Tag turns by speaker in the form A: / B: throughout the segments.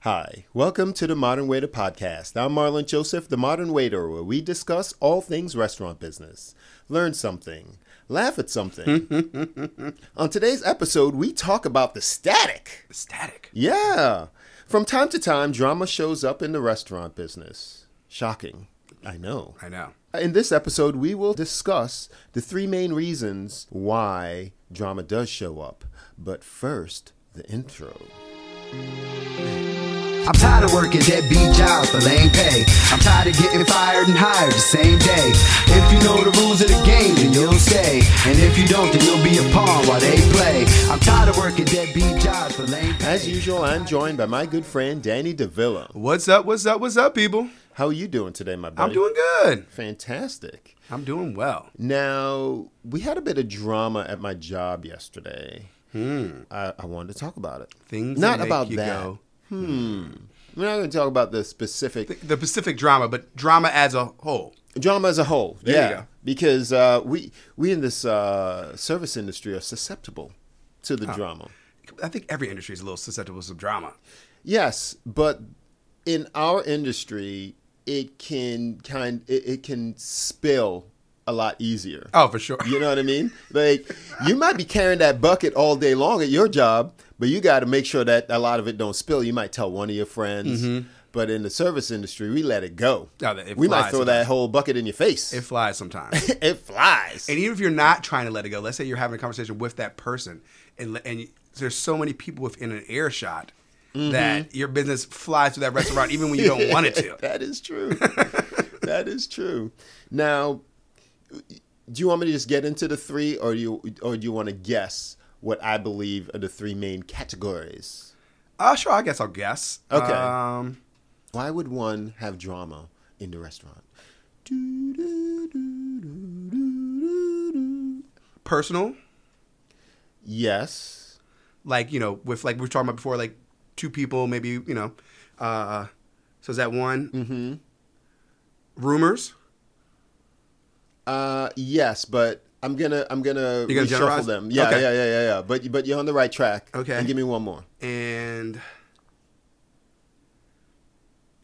A: Hi, welcome to the Modern Waiter Podcast. I'm Marlon Joseph, the Modern Waiter, where we discuss all things restaurant business, learn something, laugh at something. On today's episode, we talk about the static.
B: Static.
A: Yeah. From time to time, drama shows up in the restaurant business. Shocking. I know.
B: I know.
A: In this episode, we will discuss the three main reasons why drama does show up. But first, the intro.
C: I'm tired of working deadbeat jobs for lame pay. I'm tired of getting fired and hired the same day. If you know the rules of the game, then you'll stay. And if you don't, then you'll be a pawn while they play. I'm tired of working deadbeat jobs for lame pay.
A: As usual, I'm joined by my good friend Danny DeVilla.
B: What's up? What's up? What's up, people?
A: How are you doing today, my buddy?
B: I'm doing good.
A: fantastic.
B: I'm doing well.
A: Now, we had a bit of drama at my job yesterday. Hmm. I, I wanted to talk about it.
B: Things
A: not
B: that make
A: about
B: you
A: that. Hmm.
B: go-
A: We're not going to talk about the specific
B: The Pacific drama, but drama as a whole.
A: drama as a whole.
B: There you
A: yeah,
B: go.
A: because uh, we we in this uh, service industry are susceptible to the drama.
B: I think every industry is a little susceptible to drama.
A: Yes, but in our industry, it can kind it, it can spill a lot easier.
B: Oh, for sure.
A: You know what I mean? Like you might be carrying that bucket all day long at your job, but you got to make sure that a lot of it don't spill. You might tell one of your friends, but in the service industry, we let it go.
B: Yeah, Mm-hmm. Oh, it
A: we might
B: flies
A: throw that whole bucket in your face.
B: It flies sometimes.
A: it flies.
B: and even if you're not trying to let it go, let's say you're having a conversation with that person, and le- and you- there's so many people within an earshot that your business flies through that restaurant, even when you don't want it to.
A: that is true. that is true. Now, do you want me to just get into the three, or do you, or do you want to guess what I believe are the three main categories?
B: Oh, sure. I guess I'll guess.
A: Okay.
B: Um,
A: Why would one have drama in the restaurant? Doo-doo-doo-doo-doo-doo-doo.
B: personal,
A: Yes.
B: like you know, with like we were talking about before, like two people, maybe you know. Uh, so is that one? Mm-hmm. Rumors.
A: Uh, yes, but I'm gonna I'm gonna,
B: You're gonna
A: reshuffle
B: generalize?
A: them. Yeah,
B: Okay.
A: yeah, yeah, yeah, yeah. But but you're on the right track.
B: Okay.
A: And give me one more.
B: and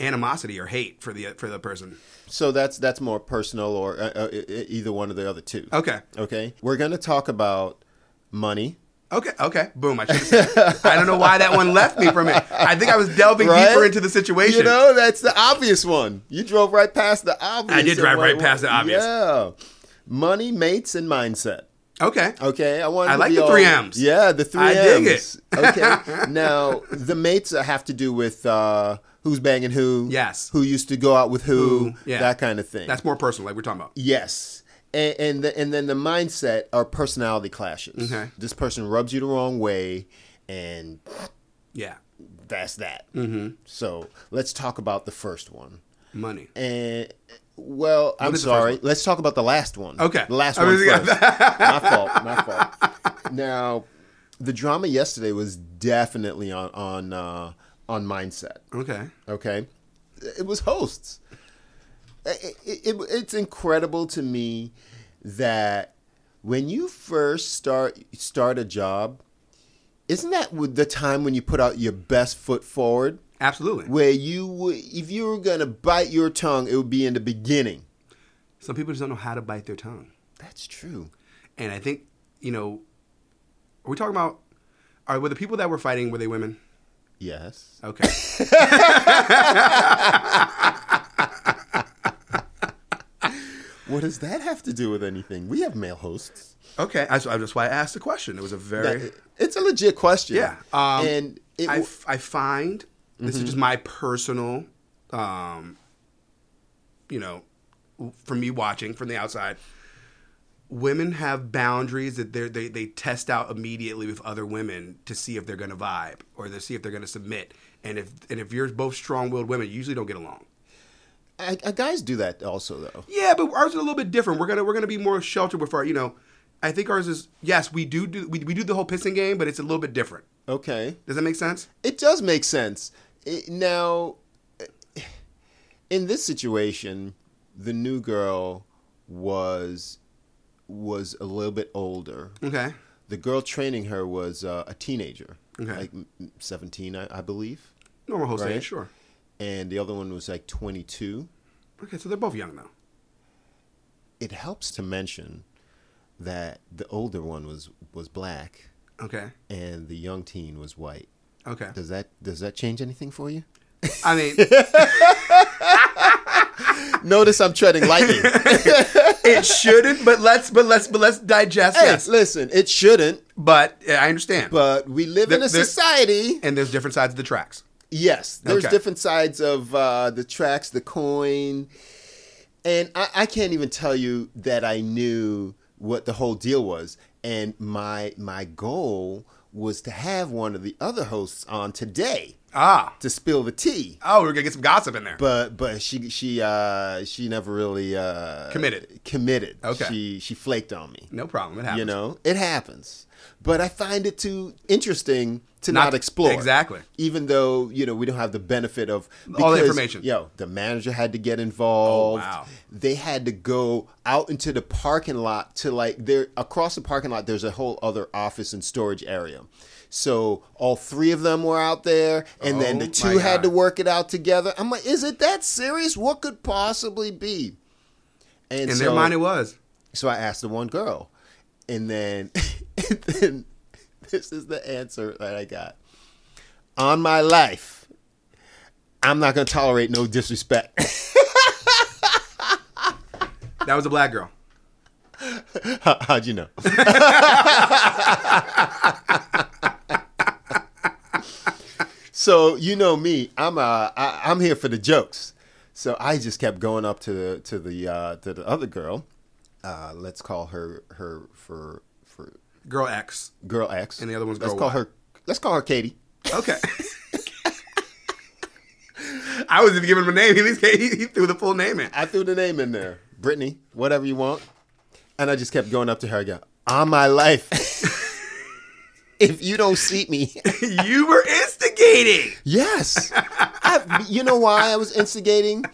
B: animosity or hate for the for the person.
A: So that's that's more personal or uh, uh, e- e- either one of the other two.
B: Okay.
A: Okay. We're going to talk about money.
B: Okay, okay. Boom, I should have said. it. I don't know why that one left me from it. I think I was delving
A: Right?
B: deeper into the situation.
A: You know, that's the obvious one. You drove right past the obvious.
B: I did drive
A: one.
B: right past the obvious.
A: Yeah. Money, mates, and mindset.
B: Okay.
A: Okay, I want.
B: I
A: to
B: like
A: be
B: the
A: all-
B: three M's.
A: Yeah, the three
B: I dig it.
A: M's. Okay, now the mates have to do with uh, who's banging who.
B: Yes.
A: who used to go out with who.
B: Who, yeah.
A: that kind of thing.
B: That's more personal, like we're talking about.
A: Yes. And and, the, and then the mindset are personality clashes.
B: Okay.
A: This person rubs you the wrong way, and
B: Yeah.
A: that's that. Mm-hmm. So let's talk about the first one.
B: Money.
A: And well, I'm
B: is the first
A: sorry.
B: one?
A: Let's talk about the last one.
B: Okay.
A: The last
B: I
A: one
B: was
A: first.
B: thinking-
A: my fault. My fault. Now, the drama yesterday was definitely on on uh, on mindset
B: Okay.
A: okay it was hosts it, it, it- it's incredible to me that when you first start start a job isn't that with the time when you put out your best foot forward
B: Absolutely.
A: where you would if you were going to bite your tongue it would be in the beginning
B: Some people just don't know how to bite their tongue.
A: that's true
B: And I think, you know, are we talking about are were the people that were fighting were they women?
A: Yes.
B: Okay.
A: What does that have to do with anything? We have male hosts.
B: Okay. That's, that's why I asked the question. It was a very.
A: That- it's a legit question.
B: Yeah. Um,
A: and it,
B: I,
A: w- Mm-hmm.
B: f- I find this is just my personal, um, you know, w- from me watching from the outside, women have boundaries that they're, they they test out immediately with other women to see if they're going to vibe or to see if they're going to submit. And if and if you're both strong-willed women, you usually don't get along.
A: I, I guys do that also, though.
B: Yeah, but ours is a little bit different. We're gonna we're gonna be more sheltered with our, you know. I think ours is yes, we do do we, we do the whole pissing game, but it's a little bit different.
A: Okay.
B: Does that make sense?
A: It does make sense. It- now, in this situation, the new girl was was a little bit older.
B: Okay.
A: The girl training her was uh, a teenager,
B: Okay.
A: like m- m- seventeen, I, I believe,
B: Normal host
A: Right.
B: age, sure.
A: and the other one was like twenty two.
B: Okay, so they're both young though.
A: It helps to mention that the older one was was black
B: Okay.
A: and the young teen was white.
B: Okay.
A: Does that does that change anything for you?
B: I mean,
A: Notice I'm treading lightly.
B: it shouldn't, but let's but let's but let's digest
A: Hey,
B: yes.
A: listen, it shouldn't,
B: But yeah, I understand.
A: but we live in
B: There-
A: a
B: there-
A: society.
B: and there's different sides of the tracks.
A: Yes, there's
B: Okay.
A: different sides of uh, the tracks, the coin, and I, I can't even tell you that I knew what the whole deal was. And my my goal was to have one of the other hosts on today
B: Ah.
A: to spill the tea.
B: Oh, we're gonna get some gossip in there.
A: But but she she uh, she never really uh,
B: Committed.
A: committed.
B: Okay.
A: she she flaked on me.
B: no problem. It happens.
A: You know, it happens. But I find it too interesting to not,
B: Not-
A: explore.
B: exactly.
A: Even though, you know, we don't have the benefit of
B: All the
A: because,
B: information.
A: Yo, the manager had to get involved.
B: Oh, wow.
A: They had to go out into the parking lot to like there across the parking lot there's a whole other office and storage area. So all three of them were out there and then
B: Oh,
A: the
B: my
A: two had
B: God.
A: to work it out together. I'm like, is it that serious? What could possibly be? And
B: In
A: so,
B: their mind, it was.
A: so I asked the one girl, and then, and then this is the answer that I got. On my life, I'm not gonna tolerate no disrespect.
B: That was a black girl.
A: How, how'd you know? so you know me, I'm uh, I, I'm here for the jokes. So I just kept going up to the to the uh, to the other girl. Uh, let's call her her for for
B: Girl X.
A: girl X,
B: And the other one's
A: let's
B: girl
A: call
B: Y.
A: her. Let's call her Katie.
B: Okay. I was even giving him a name. He, he, he threw the full name in.
A: I threw the name in there, Brittany, whatever you want. And I just kept going up to her again. On my life, if you don't seat me,
B: you were instigating.
A: yes, I, you know why I was instigating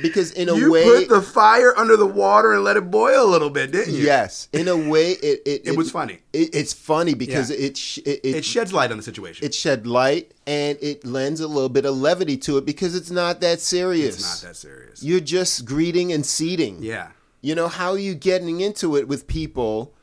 A: because in a
B: You
A: way,
B: put the fire under the water and let it boil a little bit, didn't you?
A: yes, in a way, it it,
B: It was funny.
A: It, it's funny because
B: Yeah.
A: it, sh- it it
B: It sheds light on the situation.
A: it shed light and it lends a little bit of levity to it because it's not that serious.
B: it's not that serious.
A: You're just greeting and seating.
B: yeah.
A: You know, how are you getting into it with people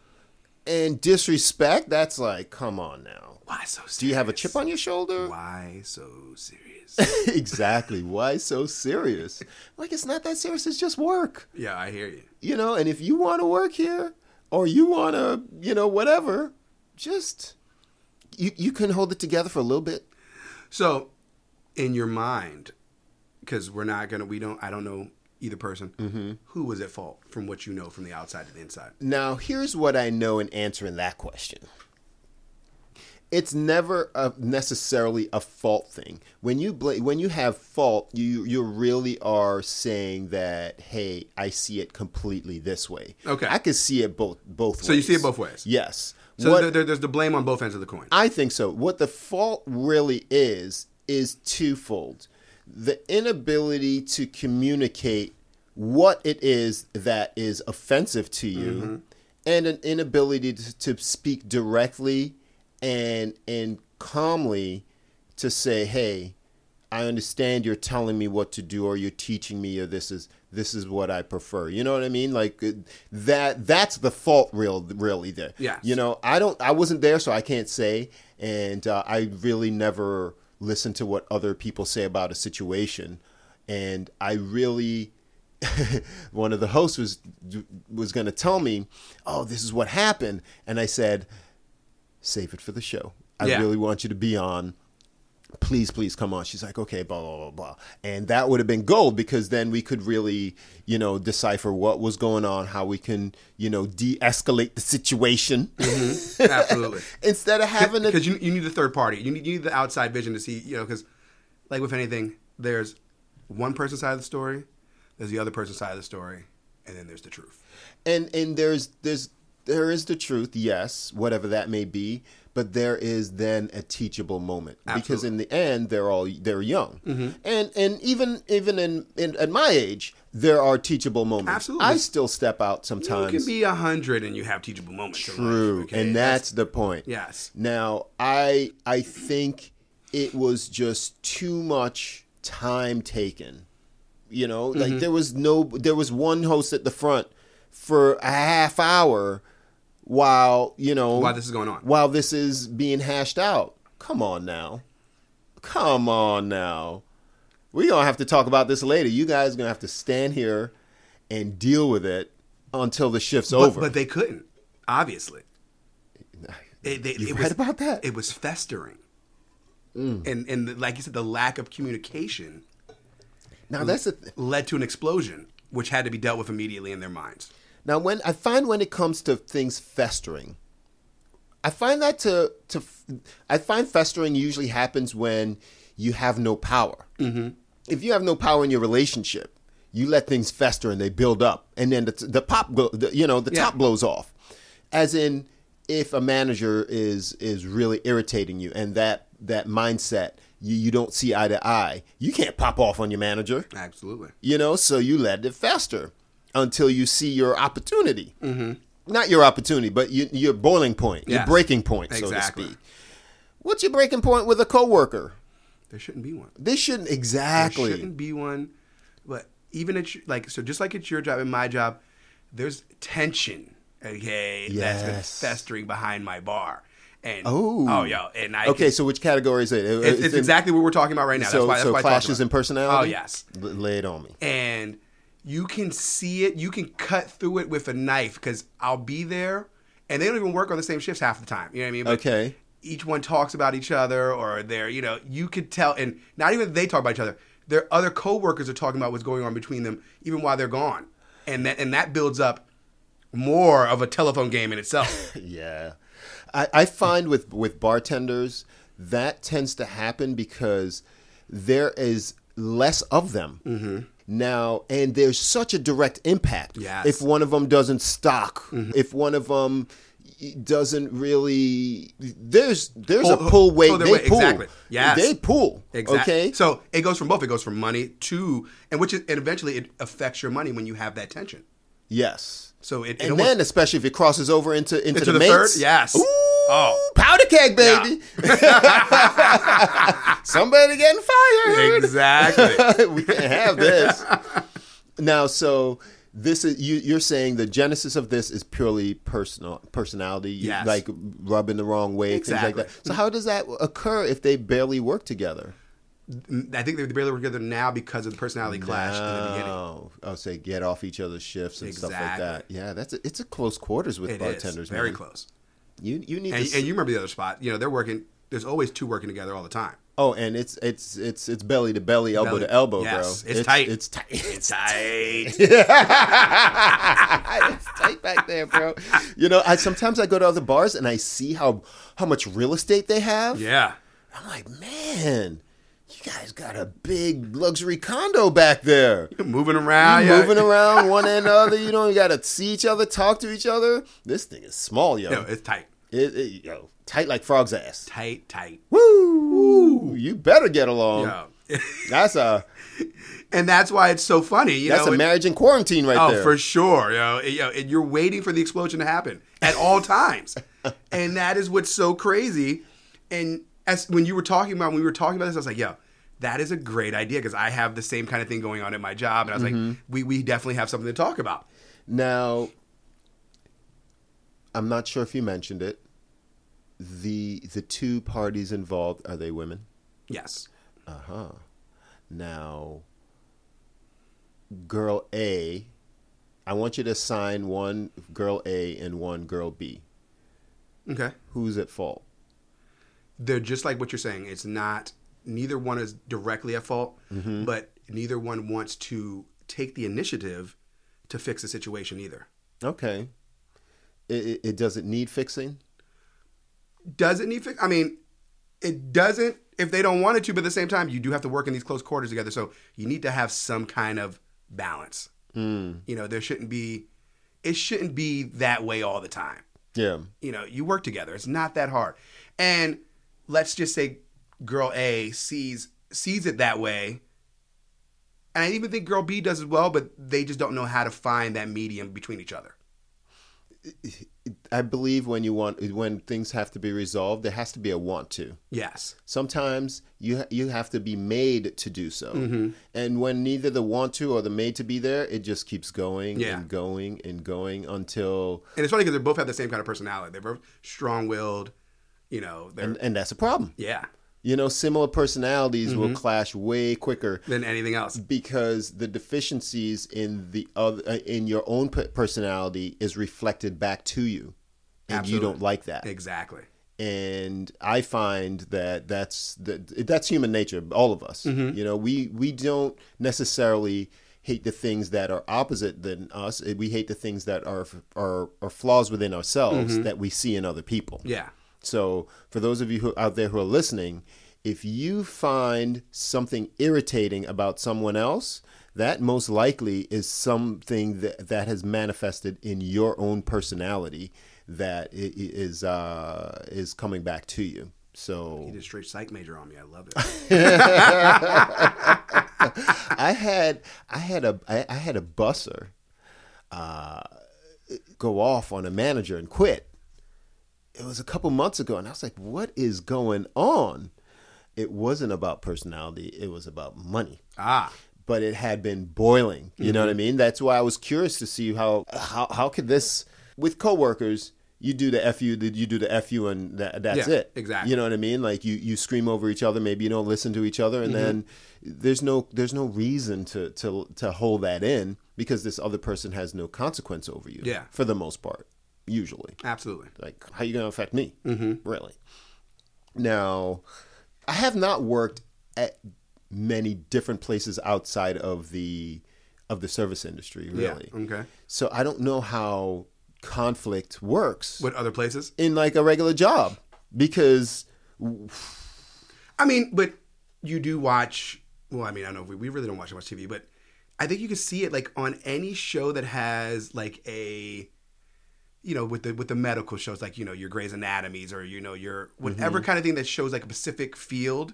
A: and disrespect? That's like, come on now.
B: Why so serious?
A: Do you have a chip on your shoulder?
B: Why so serious?
A: exactly. Why so serious? Like, it's not that serious. It's just work,
B: yeah, I hear you.
A: you know? And if you want to work here or you want to, you know, whatever, just, you, you can hold it together for a little bit.
B: So, in your mind, because we're not gonna, we don't, I don't know either person.
A: Mm-hmm.
B: Who was at fault from what you know from the outside to the inside?
A: Now, here's what I know in answering that question. It's never a, necessarily a fault thing. When you bla- when you have fault, you you really are saying that, hey, I see it completely this way.
B: Okay.
A: I can see it both both.
B: So you see it both ways?
A: Yes.
B: So
A: What-
B: there, there- there's the blame on both ends of the coin.
A: I think so. What the fault really is is twofold: the inability to communicate what it is that is offensive to you, and an inability to, to speak directly and and calmly to say, "Hey, I understand you're telling me what to do, or you're teaching me, or this is." This is what I prefer. You know what I mean? Like uh, that. That's the fault, real, really. There.
B: Yes.
A: You know, know, I don't. I wasn't there, so I can't say. And uh, I really never listen to what other people say about a situation, and I really one of the hosts was was going to tell me, "Oh, this is what happened," and I said, "Save it for the show. I
B: Yeah.
A: really want you to be on." Please, please come on. She's like, okay, blah, blah, blah, blah. And that would have been gold because then we could really, you know, decipher what was going on, how we can, you know, de escalate the situation
B: Mm-hmm. Absolutely.
A: instead of having a
B: because you, you need a third party. You need you need the outside vision to see you know because like with anything, there's one person's side of the story, there's the other person's side of the story, and then there's the truth.
A: and and there's there's there is the truth yes whatever that may be but there is then a teachable moment because in the end they're all they're young
B: Mm-hmm.
A: and and even even in, in at my age there are teachable moments
B: Absolutely.
A: i still step out sometimes
B: You can be a hundred and you have teachable moments. in life,
A: True,
B: okay?
A: and that's, the point.
B: Yes.
A: Now, I I think it was just too much time taken. You know,
B: Mm-hmm.
A: like there was no there was one host at the front for a half hour while, you know,
B: While this is going on.
A: While this is being hashed out. Come on now. Come on now. We're going to have to talk about this later. You guys going to have to stand here and deal with it until the shift's
B: but,
A: over.
B: but they couldn't obviously. It, they,
A: You
B: it
A: read
B: was,
A: about that? Mm.
B: It was festering, and and like you said, the lack of communication
A: now that's the th-
B: led to an explosion, which had to be dealt with immediately in their minds.
A: Now, when I find when it comes to things festering, I find that to to I find festering usually happens when you have no power. Mm-hmm. If you have no power in your relationship, you let things fester and they build up, and then the, the pop, go, the, you know, the
B: Yeah.
A: top blows off. As in, if a manager is is really irritating you, and that that mindset, you, you don't see eye to eye, you can't pop off on your manager
B: Absolutely.
A: you know so you let it fester until you see your opportunity mm-hmm. not your opportunity but you, your boiling point your
B: Yes.
A: breaking point
B: Exactly.
A: so to speak what's your breaking point with a coworker
B: There shouldn't be one.
A: this shouldn't exactly
B: There shouldn't be one. But even at your- like so, just like it's your job and my job, there's tension. Okay, that's been
A: Yes.
B: festering behind my bar. And
A: Oh.
B: oh, yo, and I
A: okay so which category is it
B: it's, it's
A: in-
B: exactly what we're talking about right now.
A: so,
B: that's why, that's
A: so
B: why I talked
A: clashes
B: about
A: in
B: it.
A: personality
B: Oh yes,
A: L- lay it on me
B: and you can see it. You can cut through it with a knife because I'll be there, and they don't even work on the same shifts half the time. You know what I mean? But
A: Okay.
B: Each one talks about each other, or they're you know you could tell, and not even they talk about each other. Their other coworkers are talking about what's going on between them, even while they're gone, and that and that builds up more of a telephone game in itself.
A: Yeah, I, I find with with bartenders that tends to happen because there is less of them
B: Mm-hmm.
A: now, and there's such a direct impact.
B: Yes. Mm-hmm.
A: if one of them doesn't stock, if one of them doesn't really there's there's
B: Pull-
A: a pull weight
B: pull their
A: they
B: weight,
A: pull
B: exactly. Yes.
A: they pull
B: Exact-
A: okay
B: So it goes from both. It goes from money to, and which is, and eventually it affects your money when you have that tension.
A: yes
B: So it, it
A: and
B: almost-
A: then especially if it crosses over into into,
B: Into
A: the,
B: the third?
A: mates.
B: Yes.
A: Ooh,
B: Oh.
A: powder keg, baby. Somebody getting fired.
B: exactly.
A: we can't have this. now, so this is you, you're saying the genesis of this is purely personal personality, you-
B: Yes.
A: like rubbing the wrong way, things
B: Exactly.
A: like that. So how does that occur if they barely work together?
B: I think they barely work together now because of the personality clash in the beginning.
A: Oh, oh, say get off each other's shifts and stuff like
B: Exactly.
A: that. Yeah, that's a, it's a close quarters with
B: It is
A: bartenders.
B: very
A: man.
B: close.
A: You you need
B: And,
A: to s-
B: and you remember the other spot? You know, they're working. There's always two working together all the time.
A: Oh, and it's it's it's it's belly to belly, elbow
B: Belly-
A: to elbow,
B: yes,
A: bro.
B: It's, tight.
A: It's tight.
B: It's tight.
A: it's tight back there, bro. You know, I sometimes I go to other bars and I see how how much real estate they have.
B: yeah.
A: I'm like, man, you guys got a big luxury condo back there.
B: Moving around. yeah.
A: Moving around one end to the other, you don't got to see each other, talk to each other. This thing is small, yo.
B: No, it's tight.
A: It- it- yo, tight like frog's ass.
B: Tight, tight.
A: Woo! You better get along.
B: Yo.
A: That's a
B: and that's why it's so funny. You
A: that's
B: know,
A: a
B: it-
A: marriage in quarantine right
B: Oh,
A: there.
B: for sure. You know, you know, and you're waiting for the explosion to happen at all times. and that is what's so crazy. And as when you were talking about when we were talking about this, I was like, yo, that is a great idea because I have the same kind of thing going on at my job. And I was
A: Mm-hmm.
B: like, we, we definitely have something to talk about.
A: Now, I'm not sure if you mentioned it. The the two parties involved are they women? Uh-huh.
B: Yes.
A: Now, girl A, I want you to assign one girl A and one girl B.
B: Okay.
A: Who's at fault?
B: They're just like what you're saying. It's not neither one is directly at fault, but neither one wants to take the initiative to fix the situation either.
A: Okay. It, it, it doesn't need fixing.
B: Does it need fix? I mean, it doesn't if they don't want it to, but at the same time, you do have to work in these close quarters together. So you need to have some kind of balance.
A: Hmm.
B: You know, there shouldn't be, it shouldn't be that way all the time.
A: Yeah.
B: you know, you work together. It's not that hard. And let's just say girl A sees sees it that way. And I even think girl B does as well, but they just don't know how to find that medium between each other.
A: I believe when you want when things have to be resolved, there has to be a want to.
B: Yes.
A: Sometimes you ha- you have to be made to do so,
B: Mm-hmm.
A: and when neither the want to or the made to be there, it just keeps going
B: Yeah.
A: and going and going until
B: And it's funny because they both have the same kind of personality. They're both strong willed, you know, they're
A: and, and that's a problem.
B: yeah.
A: You know, similar personalities
B: Mm-hmm.
A: will clash way quicker
B: Than anything else.
A: because the deficiencies in the other uh, in your own pe- personality is reflected back to you, and you don't
B: Absolutely.
A: like that.
B: Exactly.
A: and I find that that's that, that's human nature. All of us, you know, we we don't necessarily hate the things that are opposite than us. We hate the things that are are, are flaws within ourselves that we see in other people.
B: Yeah.
A: So for those of you who out there who are listening, if you find something irritating about someone else. That most likely is something that, that has manifested in your own personality that i- i- is uh, is coming back to you. So
B: You did a straight psych major on me. I love it.
A: I had I had a I, I had a busser uh, go off on a manager and quit. It was a couple months ago, and I was like, "What is going on?" It wasn't about personality; it was about money.
B: ah.
A: But it had been boiling. You know what I
B: Mm-hmm.
A: mean? That's why I was curious to see how how how could this with coworkers. You do the fu, you do the fu, and that, that's
B: Yeah,
A: it.
B: exactly.
A: You know what I mean? Like you, you scream over each other. Maybe you don't listen to each other, and
B: Mm-hmm.
A: then there's no there's no reason to to to hold that in because this other person has no consequence over you.
B: Yeah.
A: for the most part, usually.
B: Absolutely.
A: Like how you gonna affect me? Mm-hmm. Really? Now, I have not worked at many different places outside of the of the service industry, really.
B: Yeah. Okay.
A: So I don't know how conflict works
B: What other places?
A: in like a regular job because
B: I mean, but you do watch. Well, I mean, I don't know if we, we really don't watch much TV, but I think you can see it like on any show that has like a, you know, with the with the medical shows like you know your Grey's Anatomies or you know your whatever kind of thing that shows like a specific field.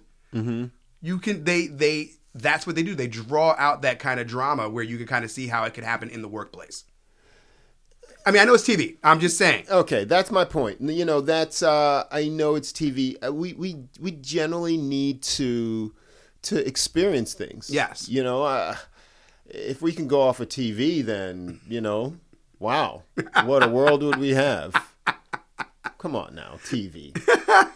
B: You can they they that's what they do. They draw out that kind of drama where you can kind of see how it could happen in the workplace. I mean, I know it's TV. I'm just saying.
A: okay, that's my point. You know, that's uh, I know it's TV. Uh, We we we generally need to to experience things.
B: Yes.
A: You know, uh, if we can go off of TV, then you know, wow, what a world would we have? Come on now, TV.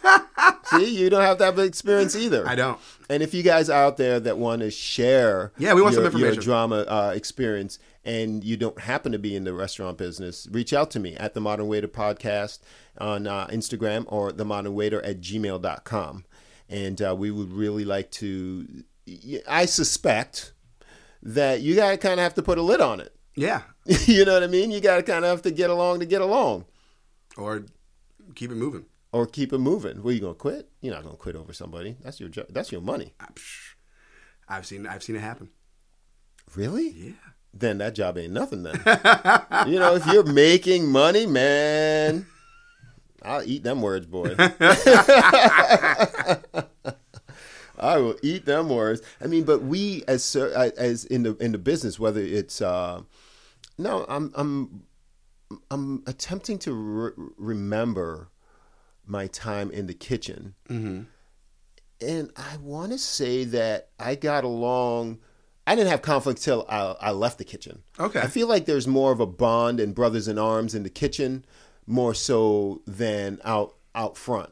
A: See, you don't have to have experience either.
B: I don't.
A: And if you guys are out there that want to share,
B: Yeah, we want
A: your,
B: some information.
A: your drama uh, experience, and you don't happen to be in the restaurant business, reach out to me at the Modern Waiter Podcast on uh, Instagram or the Modern Waiter at gmail.com. and uh, we would really like to. I suspect that you gotta kind of have to put a lid on it.
B: Yeah.
A: you know what I mean? You gotta kind of have to get along to get along,
B: Or keep it moving.
A: or keep it moving. Well, you gonna quit? You're not gonna quit over somebody. That's your jo- that's your money.
B: I've seen I've seen it happen.
A: Really?
B: Yeah.
A: then that job ain't nothing then. you know, if you're making money, man, I'll eat them words, boy. I will eat them words. I mean, but we as ser- as in the in the business, whether it's uh, no, I'm I'm I'm attempting to re- remember my time in the kitchen, and I want to say that I got along. I didn't have conflict till I, I left the kitchen.
B: Okay.
A: I feel like there's more of a bond and brothers in arms in the kitchen, more so than out out front.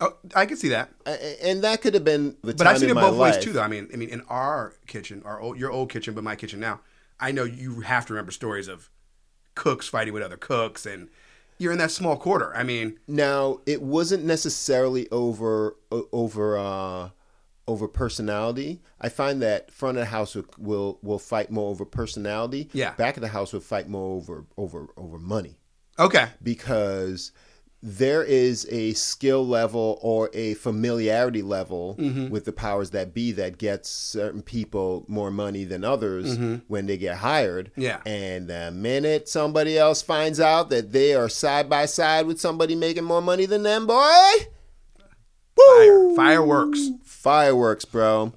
B: Oh, I can see that.
A: A- and that could have been the
B: But
A: time
B: I've seen
A: in
B: it
A: my
B: both
A: life.
B: ways too, though. I mean, I mean, in our kitchen, our old, your old kitchen, but my kitchen now, I know you have to remember stories of cooks fighting with other cooks, and you're in that small quarter. I mean,
A: Now, it wasn't necessarily over o- over uh, over personality. I find that front of the house will will, will fight more over personality.
B: Yeah.
A: back of the house will fight more over over over money
B: okay,
A: because there is a skill level or a familiarity level with the powers that be that gets certain people more money than others when they get hired.
B: Yeah.
A: And the minute somebody else finds out that they are side by side with somebody making more money than them, boy,
B: fire, fireworks.
A: fireworks, bro.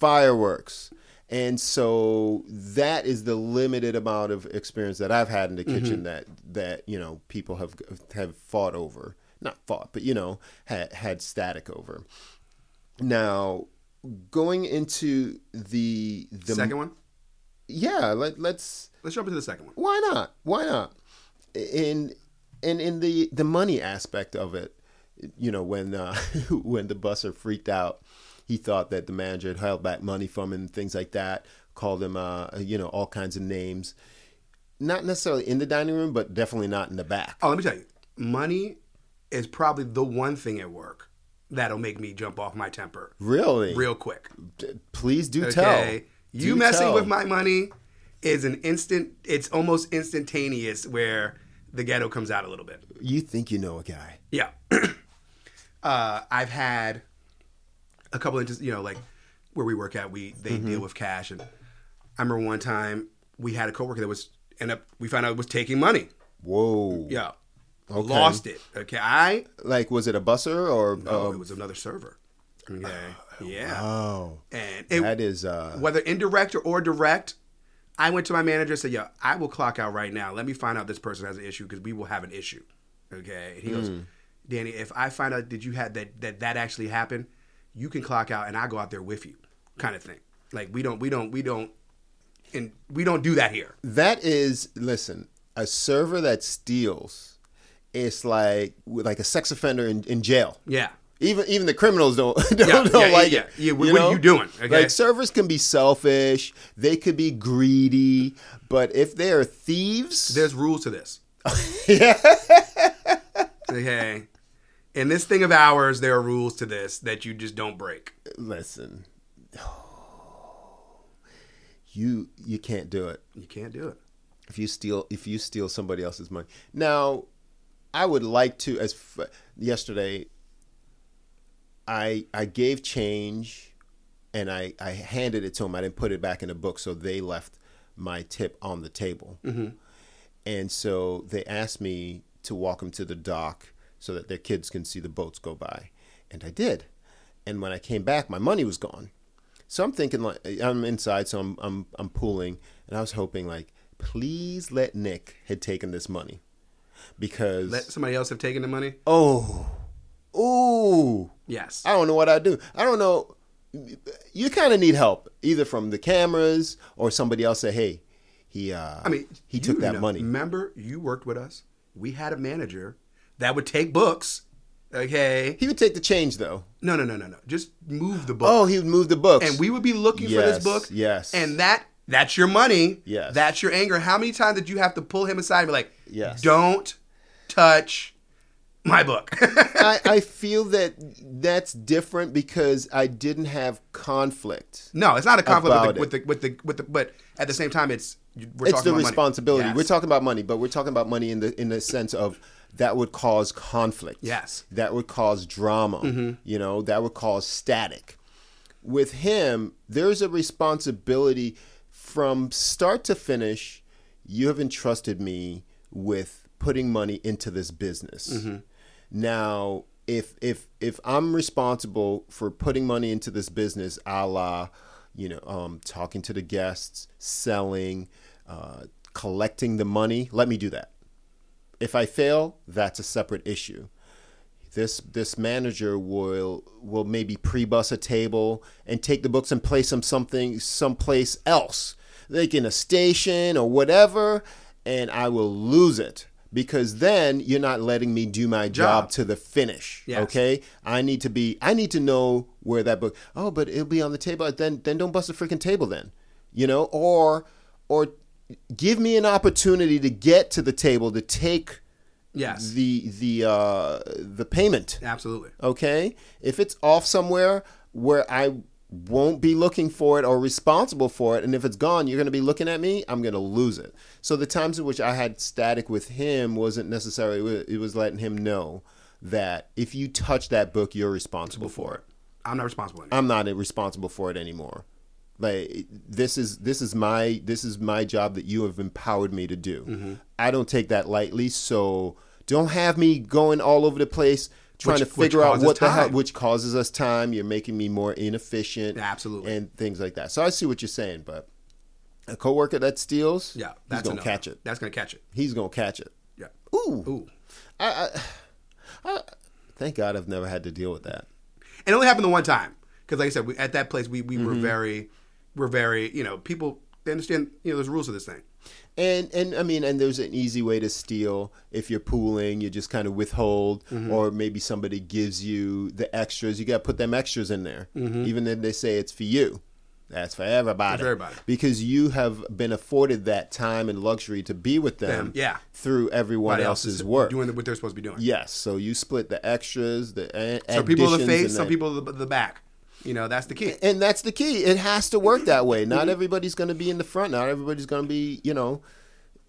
A: Fireworks. And so that is the limited amount of experience that I've had in the
B: Mm-hmm.
A: kitchen that that you know people have have fought over, not fought, but you know had had static over. Now, going into the the
B: second one.
A: yeah, let, let's
B: Let's jump into the second one.
A: why not? Why not? In in in the the money aspect of it, you know, when uh, when the busser freaked out, he thought that the manager had held back money from him and things like that. Called him, uh, you know, all kinds of names. Not necessarily in the dining room, but definitely not in the back.
B: Oh, let me tell you, money is probably the one thing at work that'll make me jump off my temper
A: Really?
B: real quick.
A: D- Please do tell.
B: Okay, you
A: Do
B: messing
A: tell.
B: with my money is an instant. It's almost instantaneous where the ghetto comes out a little bit.
A: You think you know a guy?
B: Yeah. uh, I've had a couple of, just, you know, like where we work at, we they
A: Mm-hmm.
B: deal with cash. And I remember one time we had a coworker that was, end up, we found out was taking money.
A: Whoa!
B: Yeah. Lost it. Okay. I,
A: Like, was it a busser or?
B: oh,
A: uh,
B: it was another server. Okay. yeah.
A: oh,
B: and it,
A: uh, that is. Uh,
B: whether indirect or, or direct, I went to my manager and said, "Yo, I will clock out right now. Let me find out this person has an issue because we will have an issue." Okay, and he goes, "Danny, if I find out that you had that that that actually happened, you can clock out and I go out there with you, kind of thing. Like we don't we don't we don't and we don't do that here.
A: That is, listen, a server that steals, it's like like a sex offender in, in jail.
B: Yeah,
A: Even even the criminals don't don't,
B: Yeah,
A: don't
B: yeah, yeah,
A: like
B: yeah.
A: it.
B: Yeah, what- what are you doing? Okay.
A: Like servers can be selfish, they could be greedy, but if they are thieves,
B: there's rules to this. okay, in this thing of ours, there are rules to this that you just don't break.
A: listen, you you can't do it.
B: You can't do it.
A: if you steal if you steal somebody else's money. Now, I would like to as f- yesterday I I gave change and I I handed it to them. I didn't put it back in the book, so they left my tip on the table. And so they asked me to walk them to the dock so that their kids can see the boats go by. And I did. And when I came back, my money was gone. So I'm thinking like I'm inside, so I'm I'm I'm pooling, and I was hoping like, please let Nick had taken this money, because
B: Let somebody else have taken the money.
A: oh, ooh,
B: Yes.
A: I don't know what I do. I don't know. You kind of need help either from the cameras or somebody else. Say, hey, he uh,
B: I mean,
A: he took
B: you
A: that
B: know-
A: money.
B: Remember, you worked with us. We had a manager that would take books. Okay.
A: He would take the change though.
B: No, no, no, no, no. Just move the book.
A: Oh, he would move the books.
B: and we would be looking for
A: Yes,
B: this book.
A: yes.
B: And that that's your money.
A: Yes.
B: That's your anger. How many times did you have to pull him aside and be like,
A: Yes.
B: don't touch my book?
A: I, I feel that that's different because I didn't have conflict.
B: no, it's not a conflict
A: About
B: with the, with the, with the with the but at the same time it's you- we're
A: it's
B: talking
A: the
B: about money.
A: responsibility.
B: Yes.
A: We're talking about money, but we're talking about money in the in the sense of that would cause conflict.
B: Yes. Mm-hmm.
A: that would cause drama. You know, that would cause static. With him, there's a responsibility from start to finish. You have entrusted me with putting money into this business.
B: Mm-hmm.
A: Now, if if if I'm responsible for putting money into this business, a la, you know, um, talking to the guests, selling, uh, collecting the money, let me do that. If I fail, that's a separate issue. This this manager will will maybe pre-bus a table and take the books and place them something someplace else, like in a station or whatever, and I will lose it because then you're not letting me do my job,
B: Job.
A: to the finish.
B: Yes.
A: Okay, I need to be. I need to know where that book. Oh, but it'll be on the table. Then then don't bust the freaking table. Then you know, or or give me an opportunity to get to the table to take
B: Yes.
A: the the uh, the payment
B: Absolutely.
A: okay? If it's off somewhere where I won't be looking for it or responsible for it, and if it's gone, you're going to be looking at me, I'm going to lose it. So the times in which I had static with him wasn't necessarily, it was letting him know that if you touch that book, you're responsible for it.
B: I'm not responsible anymore.
A: I'm not responsible for it anymore. Like this is this is my this is my job that you have empowered me to do.
B: Mm-hmm.
A: I don't take that lightly. So don't have me going all over the place trying
B: Which-
A: to
B: which
A: figure out
B: causes
A: what the hell,
B: time.
A: which causes us time. You're making me more inefficient,
B: Absolutely.
A: and things like that. So I see what you're saying, but a coworker that steals,
B: yeah,
A: he's
B: that's
A: gonna
B: enough.
A: catch it.
B: That's gonna catch it.
A: He's gonna catch it.
B: Yeah.
A: Ooh,
B: Ooh.
A: thank God I've never had to deal with that.
B: And it only happened the one time because, like I said, we, at that place we, we
A: Mm-hmm.
B: were very, we're very, you know, people they understand, you know, there's rules to this thing.
A: And and I mean, and there's an easy way to steal if you're pooling. You just kind of withhold,
B: Mm-hmm.
A: or maybe somebody gives you the extras. You got to put them extras in there, even if they say it's for you. That's for everybody.
B: That's Mm-hmm. for everybody.
A: Because you have been afforded that time and luxury to be with them.
B: Them, yeah.
A: Through everyone
B: Everybody
A: else's work.
B: doing what they're supposed to be doing.
A: yes. So you split the extras, the
B: Some people in the
A: additions and
B: face, some
A: the-
B: people in the, the back. You know, that's the key.
A: and that's the key. It has to work that way. Not everybody's going to be in the front. Not everybody's going to be, you know,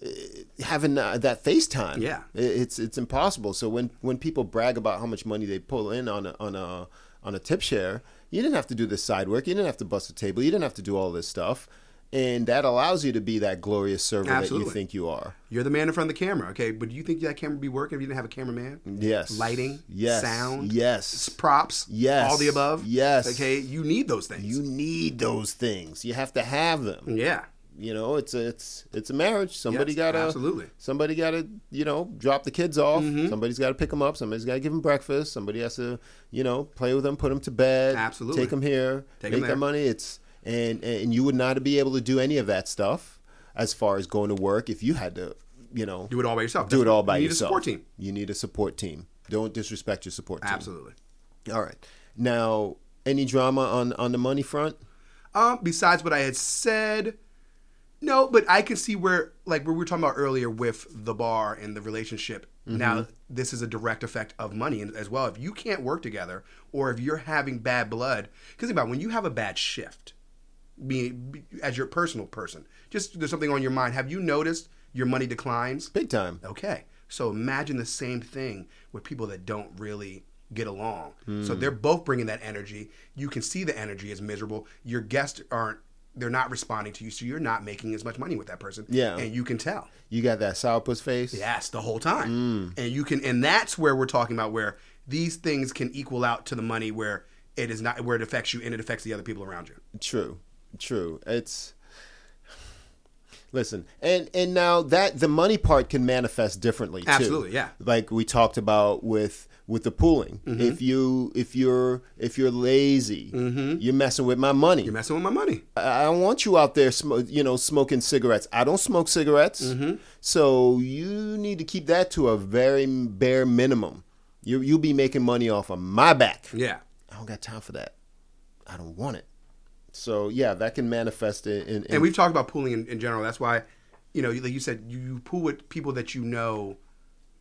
A: eh, having uh, that face time.
B: Yeah.
A: I- it's it's impossible. So when when people brag about how much money they pull in on a, on a on a tip share, you didn't have to do this side work. You didn't have to bust a table. You didn't have to do all this stuff, and that allows you to be that glorious server that
B: Absolutely.
A: you think you are.
B: You're the man in front of the camera, okay? But do you think that camera would be working if you didn't have a cameraman?
A: Yes.
B: Lighting,
A: Yes.
B: sound,
A: Yes.
B: props,
A: Mm. Yes.
B: all the above.
A: Yes.
B: okay. You need those things.
A: You need those things. You have to have them.
B: yeah,
A: you know it's a, it's it's a marriage somebody
B: Yes,
A: gotta
B: absolutely.
A: somebody gotta you know drop the kids off
B: Mm-hmm.
A: somebody's gotta pick them up somebody's gotta give them breakfast somebody has to you know play with them put them to bed
B: Absolutely.
A: take them here
B: Take
A: make
B: 'em there.
A: that money it's and and you would not be able to do any of that stuff as far as going to work if you had to you know
B: do it all by yourself.
A: do it all by
B: you
A: yourself
B: Need a support team.
A: you need a support team don't disrespect your support team
B: Absolutely.
A: all right now any drama on on the money front
B: Um, besides what I had said, no, but I can see where, like, where we were talking about earlier with the bar and the relationship. Now, this is a direct effect of money and- as well. If you can't work together, or if you're having bad blood, because think about it, when you have a bad shift, be, be- as your personal person, just there's something on your mind. Have you noticed your money declines?
A: big time
B: Okay. So imagine the same thing with people that don't really get along. So they're both bringing that energy. You can see the energy is miserable. Your guests aren't they're not responding to you, so you're not making as much money with that person.
A: Yeah.
B: And you can tell.
A: you got that sourpuss face
B: Yes, the whole time. And you can and that's where we're talking about where these things can equal out to the money where it is not where it affects you and it affects the other people around you.
A: True, true. It's listen, and and now that the money part can manifest differently. too.
B: Absolutely, yeah. Mm-hmm.
A: Like we talked about with with the pooling. If you if you're if you're lazy, you're messing with my money.
B: Mm-hmm. You're messing with my money.
A: I I don't want you out there, sm- you know, smoking cigarettes. I don't smoke cigarettes,
B: Mm-hmm.
A: so you need to keep that to a very bare minimum. You you'll be making money off of my back.
B: Yeah.
A: I don't got time for that. I don't want it. So yeah, that can manifest in. in, in
B: and we've talked about pooling in, in general. That's why, you know, like you said, you, you pool with people that you know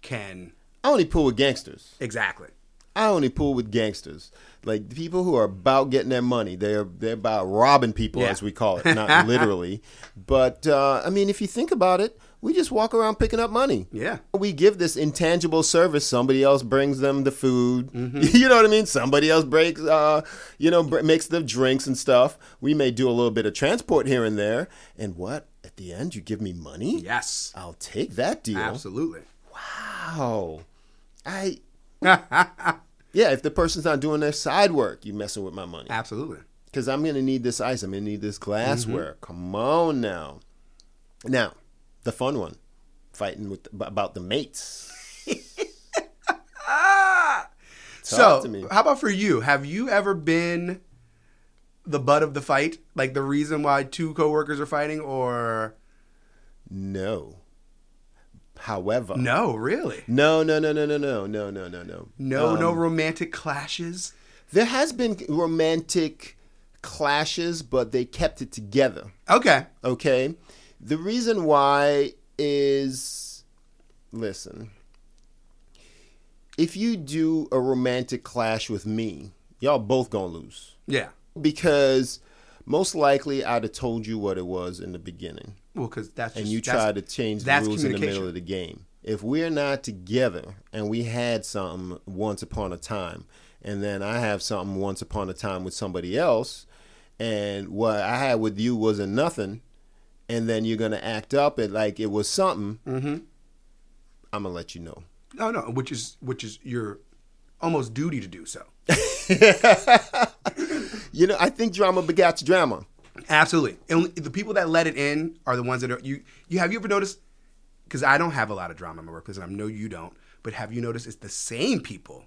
B: can
A: I only pool with gangsters.
B: exactly.
A: I only pool with gangsters, like people who are about getting their money. They're they're about robbing people,
B: Yeah.
A: as we call it, not literally. But uh, I mean, if you think about it, we just walk around picking up money.
B: Yeah.
A: we give this intangible service. Somebody else brings them the food. You know what I mean? Somebody else breaks, uh, you know, br- makes the drinks and stuff. We may do a little bit of transport here and there. And what at the end? You give me money?
B: Yes,
A: I'll take that deal.
B: absolutely.
A: Wow. I. yeah, if the person's not doing their side work, you messing with my money.
B: Absolutely.
A: Because I'm going to need this ice. I'm going to need this glassware. Come on now. Now, the fun one fighting with about the mates.
B: so,
A: to me.
B: how about for you? Have you ever been the butt of the fight? Like the reason why two coworkers are fighting or
A: No. However,
B: No, really.
A: no, no, no, no, no, no, no, no, no, no. Um,
B: No, no romantic clashes.
A: There has been romantic clashes, but they kept it together.
B: Okay.
A: Okay. The reason why is listen. If you do a romantic clash with me, y'all both gonna lose.
B: Yeah.
A: Because most likely I'd have told you what it was in the beginning.
B: Well, because that's
A: And
B: just,
A: you
B: that's-
A: try to change the
B: that's
A: rules in the middle
B: communication.
A: of the game. If we're not together and we had something once upon a time, and then I have something once upon a time with somebody else, and what I had with you wasn't nothing, and then you're gonna act up and like it was something,
B: Mm-hmm.
A: I'm gonna let you know.
B: No, Oh, no, which is which is your almost duty to do so.
A: You know, I think drama begats drama.
B: Absolutely. And the people that let it in are the ones that are you. You have you ever noticed? Because I don't have a lot of drama in my workplace, and I know you don't. But have you noticed it's the same people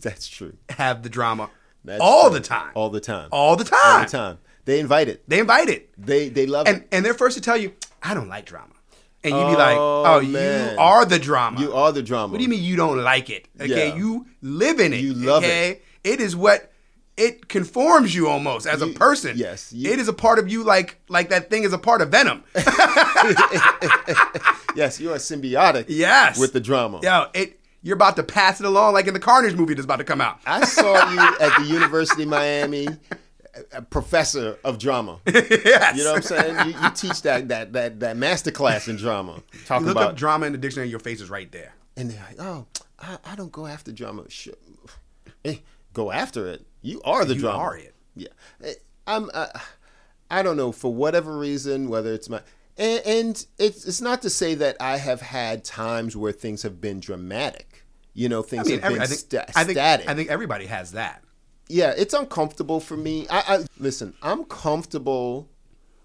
A: That's true.
B: have the drama
A: That's
B: all
A: true.
B: the time,
A: All the time.
B: all the time,
A: All the time. They invite it.
B: They invite it,
A: They they love
B: and
A: it.
B: and they're first to tell you, "I don't like drama," and you be like, "Oh,
A: man.
B: you are the drama.
A: You are the drama.
B: What do you mean you don't like it? Okay,
A: Yeah.
B: you live in it.
A: You love it.
B: okay? It is what it conforms you almost as a person.
A: yes, you-
B: it is a part of you, like like that thing is a part of Venom.
A: Yes, you are symbiotic.
B: Yes.
A: with the drama.
B: Yo, it you're about to pass it along like in the Carnage movie that's about to come out.
A: I saw you at the University of Miami, a professor of drama. You know what I'm saying? You, you teach that that that that master class in drama.
B: You
A: Talking
B: look
A: about
B: up drama in the dictionary, your face is right there.
A: and they're like, oh, I, I don't go after drama. Sh- eh, go after it. You are the
B: You
A: drama.
B: are it.
A: Yeah. Eh, I'm. Uh, I don't know for whatever reason, whether it's my and, and it's it's not to say that I have had times where things have been dramatic. You know,
B: I
A: things
B: mean,
A: have
B: every,
A: been
B: I think,
A: sta-
B: I think
A: static
B: I think everybody has that.
A: yeah, it's uncomfortable for me. I, I listen. I'm comfortable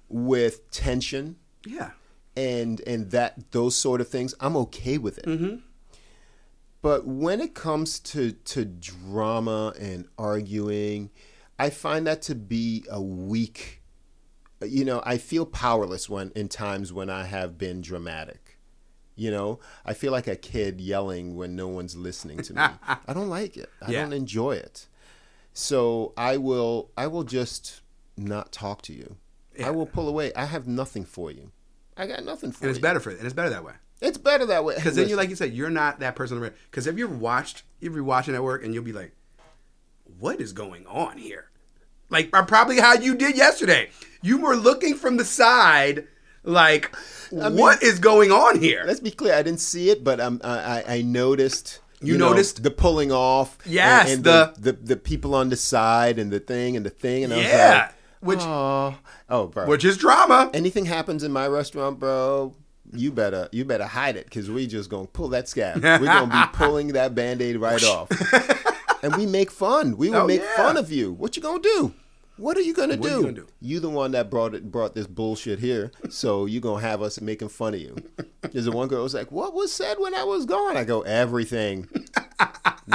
A: with tension
B: Yeah.
A: and and that those sort of things. I'm okay with it. But when it comes to to drama and arguing, I find that to be a weak. You know, I feel powerless when in times when I have been dramatic. You know, I feel like a kid yelling when no one's listening to me. I don't like it. I
B: Yeah.
A: don't enjoy it. So I will I will just not talk to you. I will pull away. I have nothing for you. I got nothing for
B: And it's
A: you.
B: better for it. And it's better that way.
A: It's better that way.
B: Because then you like you said, you're not that person. Because if you're watched, if you're watching at work, and you'll be like, "What is going on here?" Like uh, probably how you did yesterday. You were looking from the side, like, "What is going on here?"
A: Let's be clear. I didn't see it, but um, I, I I noticed.
B: You
A: know,
B: noticed?
A: the pulling off. and-
B: Yes,
A: And, the, the the people on the side and the thing and the thing and I
B: Yeah,
A: was
B: which-
A: like, oh, oh, bro.
B: Which is drama.
A: anything happens in my restaurant, bro, you better you better hide it because we just gonna pull that scab. We're gonna be pulling that band-aid right off. and we make fun. We will
B: Oh,
A: make
B: yeah.
A: fun of you. What you gonna do? What are you gonna,
B: What are
A: do?
B: you gonna do?
A: You the one that brought it brought this bullshit here, so you gonna have us making fun of you. There's the one girl who's like, What was said when I was gone? I go, Everything.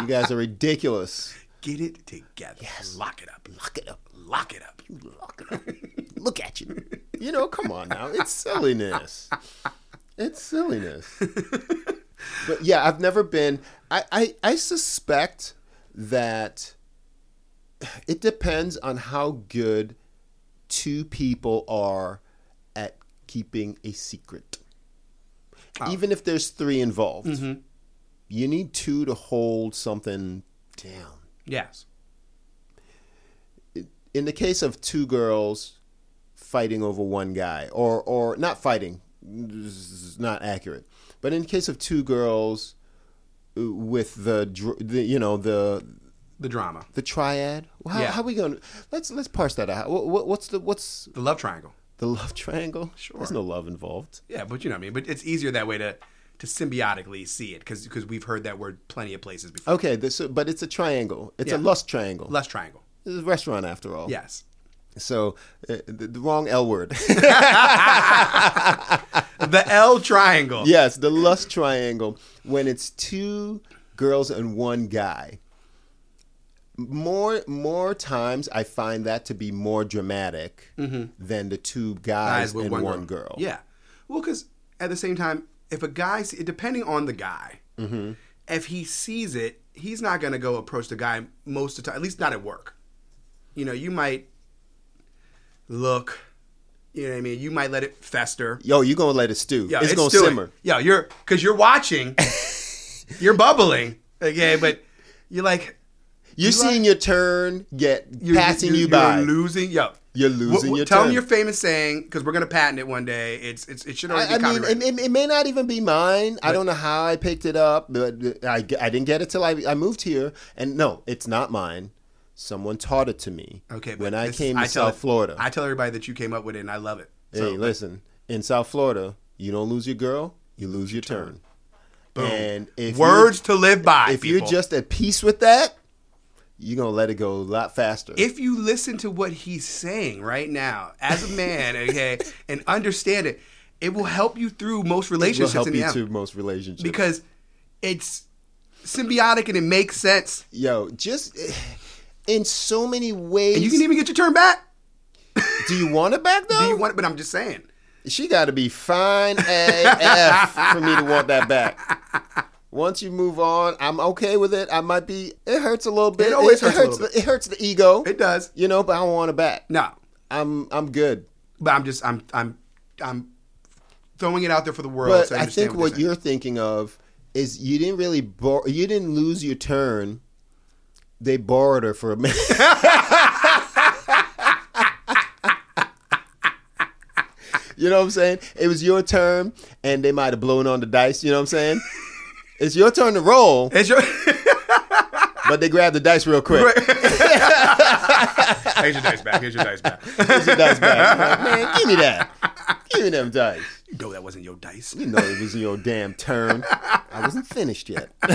A: you guys are ridiculous.
B: Get it together. Lock it up. Lock it up. Lock it up.
A: Look at you. You know, come on now. It's silliness. It's silliness. But yeah, I've never been. I, I, I suspect that it depends on how good two people are at keeping a secret. Even if there's three involved, you need two to hold something down
B: Yes.
A: in the case of two girls fighting over one guy or or not fighting this is not accurate but in case of two girls uh, with the, dr- the you know the
B: The drama.
A: the triad how,
B: Yeah.
A: how we going to let's let's parse that out what, what, what's the what's
B: The love triangle.
A: the love triangle
B: Sure.
A: there's no love involved
B: Yeah, but you know what I mean. But it's easier that way to to symbiotically see it because we've heard that word plenty of places before.
A: okay this, uh, but it's a triangle it's a
B: Yeah.
A: lust triangle
B: Lust triangle.
A: it's a restaurant after all
B: Yes.
A: so uh, the, the wrong l word
B: The L triangle.
A: Yes, the lust triangle when it's two girls and one guy. More more times I find that to be more dramatic than the two guys,
B: Mm-hmm. guys with
A: and
B: one,
A: one girl.
B: girl. Yeah. Well, because at the same time, if a guy, see- depending on the guy,
A: Mm-hmm.
B: if he sees it, he's not going to go approach the guy most of the time, at least not at work. You know, you might look, you know what I mean? You might let it fester.
A: Yo, you gonna let it stew.
B: Yeah,
A: it's, gonna
B: doing-
A: simmer.
B: Yeah, you're because you're watching, you're bubbling. Okay, but you're like
A: You're seeing your turn get
B: you're
A: passing
B: you're-
A: you
B: you're
A: by.
B: losing. Yo,
A: You're losing your
B: Tell
A: turn.
B: them your famous saying because we're gonna patent it one day. It's it's it should already
A: I, I
B: be
A: mean,
B: copyrighted.
A: it, it, it may not even be mine. I don't know how I picked it up, but I, g- I didn't get it till I, I moved here. And no, it's not mine. Someone taught it to me.
B: okay, but
A: when I
B: this-
A: came to
B: tell-
A: South Florida.
B: I tell everybody that you came up with it, and I love it. So,
A: hey, listen, in South Florida, you don't lose your girl, you lose your turn.
B: boom.
A: And if
B: words
A: you,
B: to live by.
A: if
B: people.
A: you're just at peace with that, you're gonna let it go a lot faster.
B: if you listen to what he's saying right now as a man, okay, and understand it, it will help you through most
A: it will
B: relationships
A: help
B: in the
A: you
B: end.
A: to most relationships.
B: because it's symbiotic and it makes sense.
A: yo, just eh, in so many ways.
B: And you can even get your turn back.
A: do you want it back though?
B: Do you want it? But I'm just saying.
A: She got to be fine AF for me to want that back. Once you move on, I'm okay with it. I might be. It hurts a little bit.
B: It always hurts a little
A: the- It hurts the ego.
B: It does.
A: You know, but I want it back.
B: No,
A: I'm I'm good.
B: but I'm just I'm I'm I'm throwing it out there for the world.
A: But
B: so
A: I
B: understand
A: think what,
B: you're
A: you're thinking of is you didn't really bor- you didn't lose your turn. They borrowed her for a minute. you know what I'm saying? It was your turn, and they might have blown on the dice. You know what I'm saying? It's your turn to roll,
B: saying. It's your,
A: but they grabbed the dice real quick.
B: here's your dice back. Here's your dice back.
A: It's your dice back. Like, Man, give me that. Give me them dice.
B: you know that wasn't your dice.
A: You know it was your damn turn. I wasn't finished yet.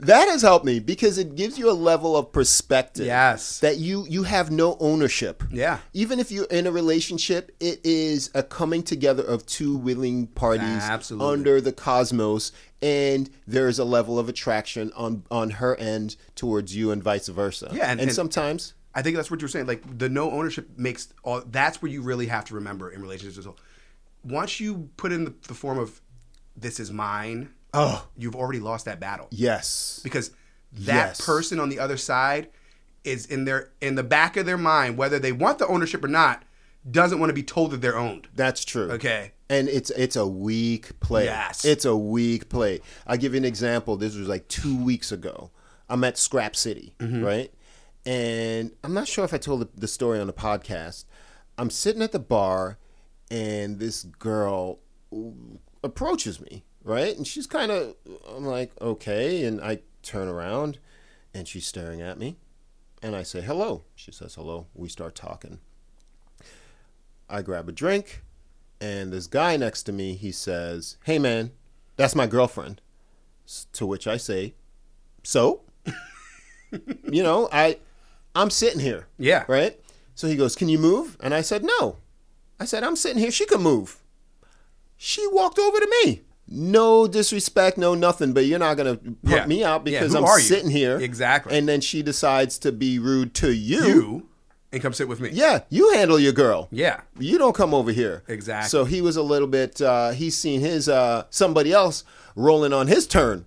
A: that has helped me because it gives you a level of perspective.
B: Yes.
A: That you you have no ownership.
B: Yeah.
A: Even if you're in a relationship, it is a coming together of two willing parties
B: Absolutely.
A: under the cosmos and there is a level of attraction on on her end towards you and vice versa.
B: Yeah, and-
A: and
B: and-
A: sometimes
B: I think that's what you're saying. Like the no ownership makes all. That's where you really have to remember in relationships. Once you put in the, the form of "this is mine," oh, you've already lost that battle.
A: yes.
B: because that
A: Yes.
B: person on the other side is in their in the back of their mind whether they want the ownership or not doesn't want to be told that they're owned
A: That's true.
B: Okay.
A: And it's it's a weak play.
B: Yes.
A: It's a weak play. I'll give you an example. This was like two weeks ago. I'm at Scrap City, right? And I'm not sure if I told the, the story on the podcast. I'm sitting at the bar and this girl approaches me, right? And she's kind of, I'm like, okay. And I turn around and she's staring at me. And I say, hello. She says, hello. We start talking. I grab a drink, and this guy next to me, he says, Hey man, that's my girlfriend. S- To which I say, So? you know, I I'm sitting here.
B: Yeah.
A: Right? So he goes, Can you move? And I said, No. I said, I'm sitting here, she can move. She walked over to me. No disrespect, no nothing, but you're not gonna put
B: Yeah.
A: me
B: Yeah,
A: out because
B: who
A: I'm
B: are you?
A: sitting here.
B: Exactly.
A: And then she decides to be rude to
B: you and come sit with me
A: yeah, you handle your girl.
B: Yeah.
A: You don't come over here.
B: Exactly.
A: So he was a little bit uh he's seen his uh somebody else rolling on his turn,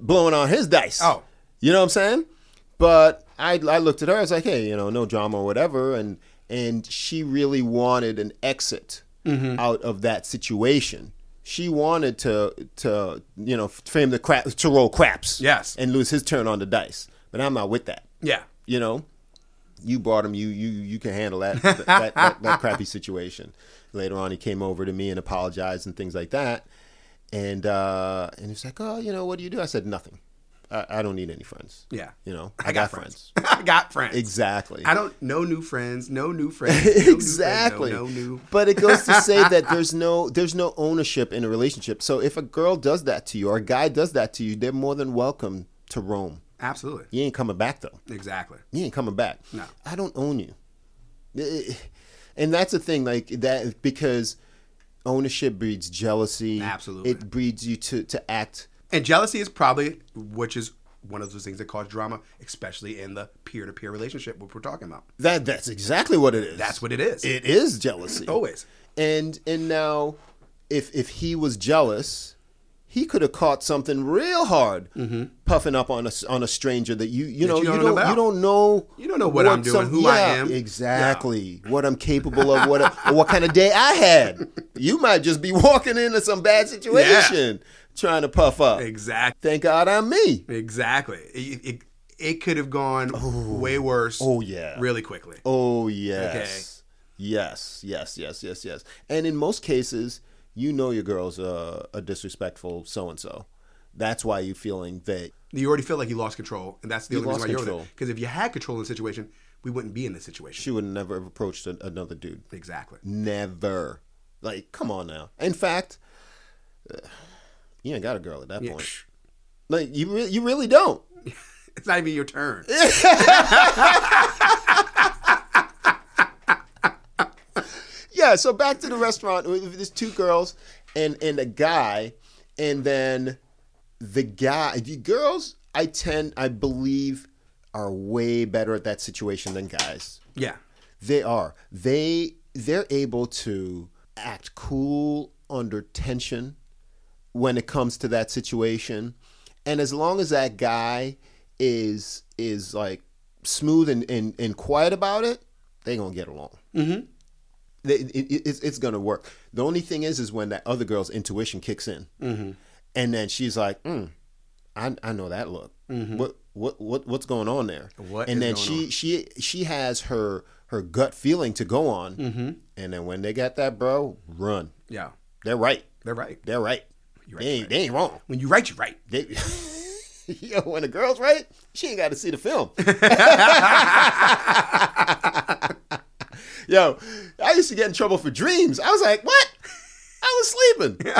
A: blowing on his dice.
B: Oh.
A: You know what I'm saying? But I I looked at her, I was like, hey, you know, no drama or whatever, and and she really wanted an exit
B: Mm-hmm.
A: out of that situation. She wanted to to you know frame the crap to roll craps.
B: Yes.
A: And lose his turn on the dice. But I'm not with that
B: yeah
A: you know, you brought him. You you you can handle that that, that, that, that crappy situation. Later on, he came over to me and apologized and things like that. And uh, and he's like, oh, you know, what do you do? I said nothing. I, I don't need any friends.
B: yeah
A: you know,
B: i, got, friends, i got friends
A: Exactly.
B: i don't no new friends no new friends no new friends, no-
A: exactly.
B: no, new
A: But it goes to say that there's no there's no ownership in a relationship. So if a girl does that to you or a guy does that to you, they're more than welcome to roam.
B: absolutely
A: You ain't coming back though.
B: exactly
A: You ain't coming back.
B: No.
A: I don't own you. Eh, And that's the thing, like that because ownership breeds jealousy.
B: Absolutely.
A: It breeds you to, to act
B: and jealousy is probably which is one of those things that cause drama especially in the peer-to-peer relationship which we're talking about
A: that that's exactly what it is. Oh,
B: that's what it is
A: it is jealousy.
B: Always.
A: And and now, if if he was jealous, he could have caught something real hard, puffing up on a s- on a stranger that you you
B: Mm-hmm. That
A: know
B: you
A: you
B: don't
A: don't,
B: know about.
A: you don't know
B: You don't know what I'm doing, who I
A: yeah,
B: am.
A: exactly what I'm capable of, what I- or what kind of day I had. You might just be walking into some bad situation, trying to puff up.
B: Exactly.
A: Thank God I'm me.
B: Exactly. It, it, it could have gone way worse.
A: Oh, yeah.
B: Really quickly.
A: Oh yes, yes, yes, yes, yes, yes. And in most cases, you know your girl's a, a disrespectful so and so. That's why you're feeling that.
B: You already feel like you lost control, and that's the
A: You
B: only reason
A: lost
B: why you're over
A: control.
B: there. Because if you had control in the situation, we wouldn't be in this situation.
A: She would never have approached a, another dude.
B: Exactly.
A: Never. Like, come on now. In fact, uh, you ain't got a girl at that
B: Yeah.
A: point. Like, you re- you really don't.
B: It's not even your turn.
A: Yeah, so back to the restaurant. uh, There's two girls and and a guy, and then the guy. The girls, I tend, I believe, are way better at that situation than guys.
B: Yeah.
A: They are. They they're able to act cool under tension when it comes to that situation. And as long as that guy is is like smooth and, and, and quiet about it, they gonna get along. Mm-hmm. They, it, it, it's it's gonna work. The only thing is, is when that other girl's intuition kicks in, mm-hmm. and then she's like, mm, "I I know that look. What what what what's going on there?"
B: Mm-hmm. What
A: and
B: is
A: then
B: going
A: she she she has her her gut feeling to go on, mm-hmm. and then when they got that, bro, run.
B: Yeah.
A: They're right.
B: They're right.
A: They're right.
B: right,
A: they, ain't,
B: you're right.
A: they ain't wrong.
B: When you write, you write.
A: They, yo, when the girl's right, she ain't got to see the film. yo, I used to get in trouble for dreams. I was like, what? I was sleeping.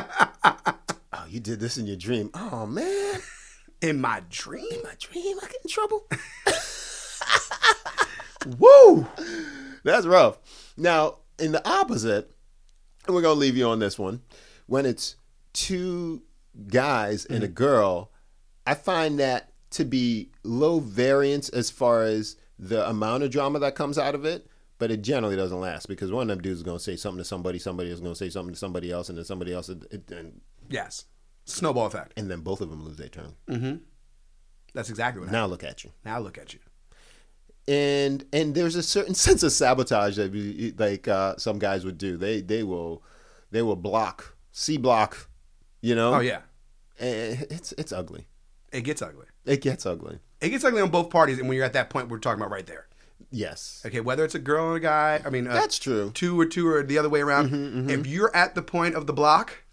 A: oh, you did this in your dream. Oh, man.
B: In my dream.
A: My dream, I get in trouble.
B: Woo!
A: That's rough. Now, in the opposite, and we're gonna leave you on this one, when it's two guys and a girl, I find that to be low variance as far as the amount of drama that comes out of it, but it generally doesn't last because one of them dudes is gonna say something to somebody, somebody is gonna say something to somebody else, and then somebody else, and, and,
B: Yes. Snowball effect.
A: and then both of them lose their turn.
B: That's exactly what
A: Now look at you.
B: happened. Now look at you.
A: and and there's a certain sense of sabotage that we, like uh, some guys would do. They they will they will block C block, you know.
B: Oh, yeah.
A: And it's it's ugly.
B: It gets ugly.
A: It gets ugly.
B: It gets ugly on both parties, and when you're at that point, we're talking about right there.
A: Yes.
B: Okay, whether it's a girl or a guy, I mean, uh,
A: That's Mm-hmm, true.
B: Two or two or the other way around. If you're at the point of the block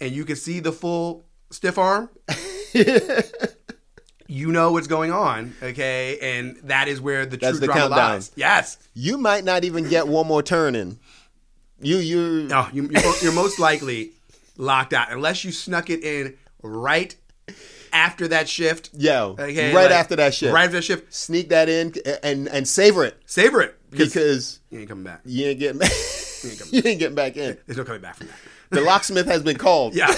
B: and you can see the full stiff arm, you know what's going on. Okay, and that is where the
A: That's
B: true
A: the
B: drama
A: countdown.
B: lies. Yes.
A: You might not even get one more turn in. You you
B: No, Oh, you, you're, mo- you're most likely locked out unless you snuck it in right after that shift.
A: yo
B: Okay,
A: right
B: like,
A: after that shit.
B: Right after that shift,
A: Sneak that in and and savor it
B: savor it
A: because
B: you ain't coming back.
A: you ain't getting back, you ain't getting back in.
B: There's no coming back from that.
A: The locksmith has been called.
B: Yeah.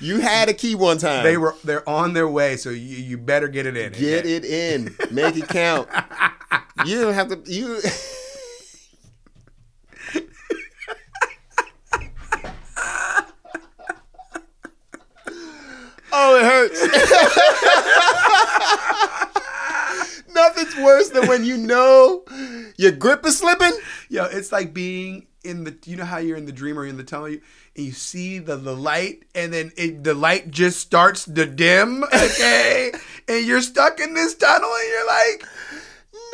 A: You had a key one time.
B: They were they're on their way, so you, you better get it in.
A: Get it in. Make it count. You don't have to. You. oh, it hurts. Nothing's worse than when you know your grip is slipping.
B: Yo, it's like being in the you know how you're in the dream or in the tunnel you, and you see the, the light and then it, the light just starts to dim, okay? and you're stuck in this tunnel and you're like,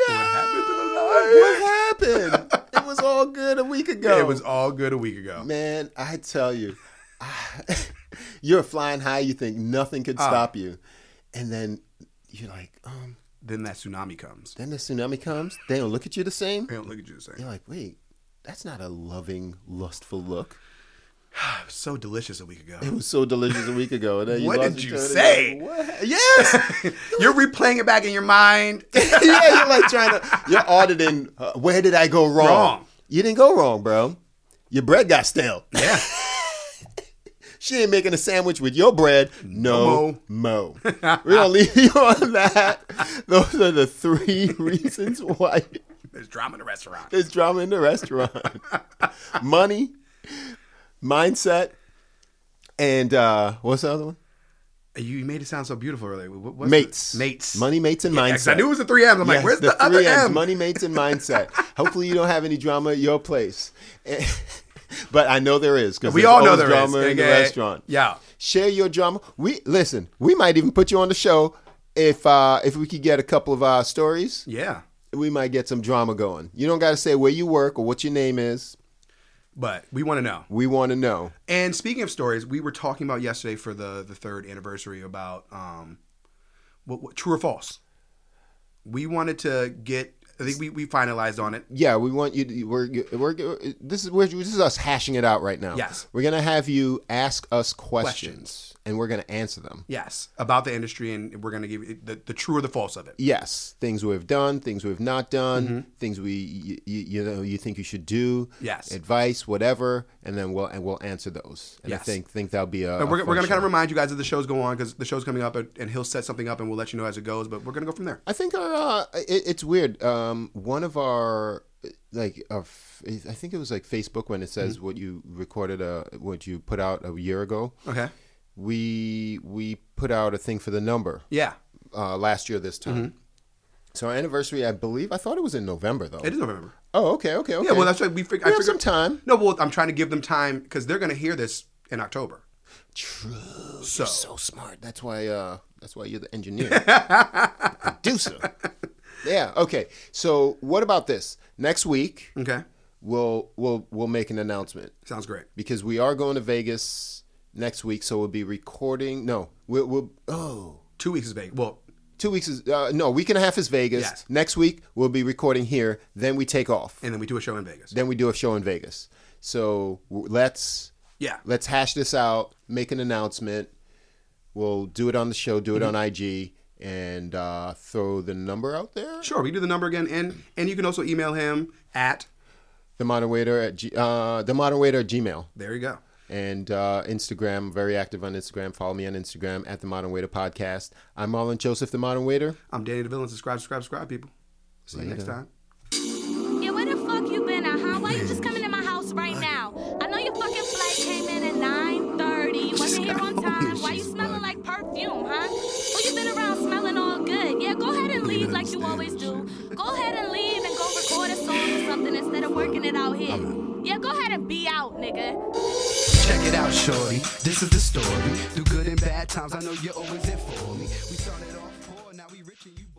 A: No.
B: what happened to the
A: What
B: light?
A: happened? It was all good a week ago.
B: It was all good a week ago.
A: Man, I tell you, I- you're flying high. You think nothing
B: Ah.
A: could stop you, and then you're like, um,
B: Then that tsunami comes.
A: then the tsunami comes. They don't look at you the same.
B: They don't look at you the same.
A: You're like, wait, that's not a loving, lustful look.
B: It was so delicious a week ago.
A: It was so delicious a week ago. And then you
B: What
A: lost
B: did
A: your
B: you
A: turn and
B: say?
A: you're like, what? Yes.
B: You're replaying it back in your mind.
A: yeah, you're like trying to. You're auditing. Uh, where did I go wrong?
B: Wrong.
A: You didn't go wrong, bro. Your bread got stale.
B: yeah.
A: She ain't making a sandwich with your bread. No mo. We're gonna leave you on that. Those are the three reasons why
B: There's drama in the restaurant.
A: there's drama in the restaurant. money, mindset, and uh, what's the other one?
B: You made it sound so beautiful earlier. What, what's
A: mates.
B: the- mates.
A: Money, mates, and
B: Yeah, 'cause
A: mindset.
B: I knew it was the three M's. I'm like,
A: Yes,
B: where's the, other
A: three M's,
B: M?
A: Money, mates, and mindset. Hopefully, you don't have any drama at your place. but I know there is because
B: We all know there is.
A: drama in the
B: Okay.
A: restaurant.
B: Yeah.
A: share your drama. We listen. We might even put you on the show if uh, if we could get a couple of uh, stories.
B: Yeah.
A: We might get some drama going. You don't got to say where you work or what your name is.
B: But we want to know.
A: We want to know.
B: And speaking of stories, we were talking about yesterday for the the third anniversary about um, what, what true or false. We wanted to get. I think we, we finalized on it.
A: Yeah, we want you. To, we're we're this is we're, this is us hashing it out right now.
B: Yes.
A: we're gonna have you ask us questions, and we're gonna answer them.
B: Yes, about the industry, and we're going to give you the, the true or the false of it.
A: Yes, things we've done, things we've not done, things we you, you know you think you should do.
B: Mm-hmm. Yes.
A: advice, whatever, and then we'll and we'll answer those. And I
B: Yes.
A: think think that'll be a.
B: But
A: a
B: we're,
A: fun
B: we're going to kind of
A: show.
B: remind you guys that the show's going on because the show's coming up, and, and he'll set something up, and we'll let you know as it goes. But we're going to go from there.
A: I think our uh, it, it's weird. Um, one of our like our, f- I think it was like Facebook when it says
B: Mm-hmm.
A: what you recorded uh what you put out a year ago.
B: Okay.
A: We we put out a thing for the number
B: Yeah,
A: uh, last year this time.
B: Mm-hmm.
A: So our anniversary, I believe, I thought it was in November though.
B: it is November.
A: Oh, okay, okay, okay.
B: Yeah, well, that's why we. Fig-
A: We have some time.
B: No, well, I'm trying to give them time because they're going to hear this in October. True. So,
A: so smart. That's why. Uh, that's why you're the engineer, producer. Yeah. Okay. So what about this? Next week,
B: okay,
A: we'll we'll we'll make an announcement
B: sounds great.
A: because we are going to Vegas next week. So we'll be recording. No, we'll, we'll oh.
B: Two weeks is big. Well,
A: Two weeks is uh, no week and a half is Vegas.
B: Yes.
A: Next week we'll be recording here. Then we take off.
B: and then we do a show in Vegas.
A: then we do a show in Vegas. So w- let's
B: Yeah.
A: let's hash this out, make an announcement. We'll do it on the show, do it on IG, and uh, throw the number out there.
B: Sure, we can do the number again, and and you can also email him at
A: The modern waiter at G- uh, the modern waiter at Gmail
B: there you go.
A: and uh, Instagram. Very active on Instagram. Follow me on Instagram at the modern waiter podcast. I'm Marlon Joseph, the modern waiter.
B: I'm Danny DeVille, and subscribe, subscribe, subscribe, people. See you next time.
D: Yeah, where the fuck you been at, huh? Why you just coming to my house right now? I know your fucking flight came in at 9.30. Wasn't here on time. Why you smelling like perfume, huh? Well, you been around smelling all good. Yeah, go ahead and leave like you always do. Go ahead and leave and go record a song or something instead of working it out here. Yeah, go ahead and be out, nigga.
C: Check it out, shorty. This is the story. Through good and bad times, I know you're always there for me. We started off poor, now we rich and you.